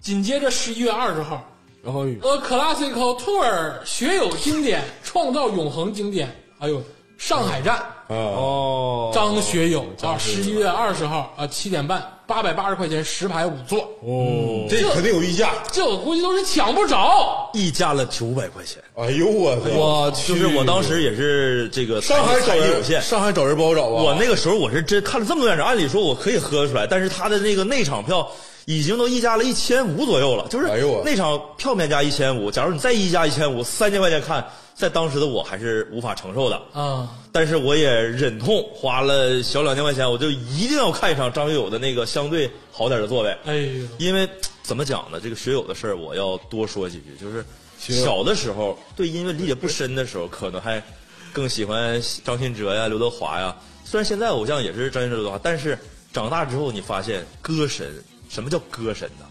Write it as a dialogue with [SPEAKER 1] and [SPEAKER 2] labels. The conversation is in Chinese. [SPEAKER 1] 紧接着十一月二十号，呃
[SPEAKER 2] 然后
[SPEAKER 1] A Classical Tour 学友经典，创造永恒经典。哎呦，上海站，
[SPEAKER 3] 啊，
[SPEAKER 2] 哦，
[SPEAKER 1] 张学友啊，十一月二十号啊，七点半，八百八十块钱，十排五座，
[SPEAKER 4] 哦
[SPEAKER 2] 嗯
[SPEAKER 3] 这肯定有溢价。
[SPEAKER 1] 这我估计都是抢不着。
[SPEAKER 4] 溢价了九百块钱。
[SPEAKER 3] 哎呦我操！
[SPEAKER 2] 我
[SPEAKER 4] 就是我当时也是这个
[SPEAKER 3] 上海找
[SPEAKER 4] 财力有
[SPEAKER 3] 人，
[SPEAKER 4] 限，
[SPEAKER 3] 上海找人不好找吧？
[SPEAKER 4] 我那个时候我是真看了这么多演唱，按理说我可以喝出来，但是他的那个内场票已经都溢价了一千五左右了，就是
[SPEAKER 3] 哎呦我
[SPEAKER 4] 内场票面价一千五，假如你再溢价一千五，三千块钱看，在当时的我还是无法承受的。
[SPEAKER 1] 啊，
[SPEAKER 4] 但是我也忍痛花了小两千块钱，我就一定要看一场张学友的那个相对好点的座位。
[SPEAKER 1] 哎呦，
[SPEAKER 4] 因为怎么讲呢？这个学友的事儿，我要多说几句。就是
[SPEAKER 3] 友
[SPEAKER 4] 小的时候对音乐理解不深的时候，可能还更喜欢张信哲呀、刘德华呀。虽然现在偶像也是张信哲、刘德华，但是长大之后你发现歌神，什么叫歌神呢？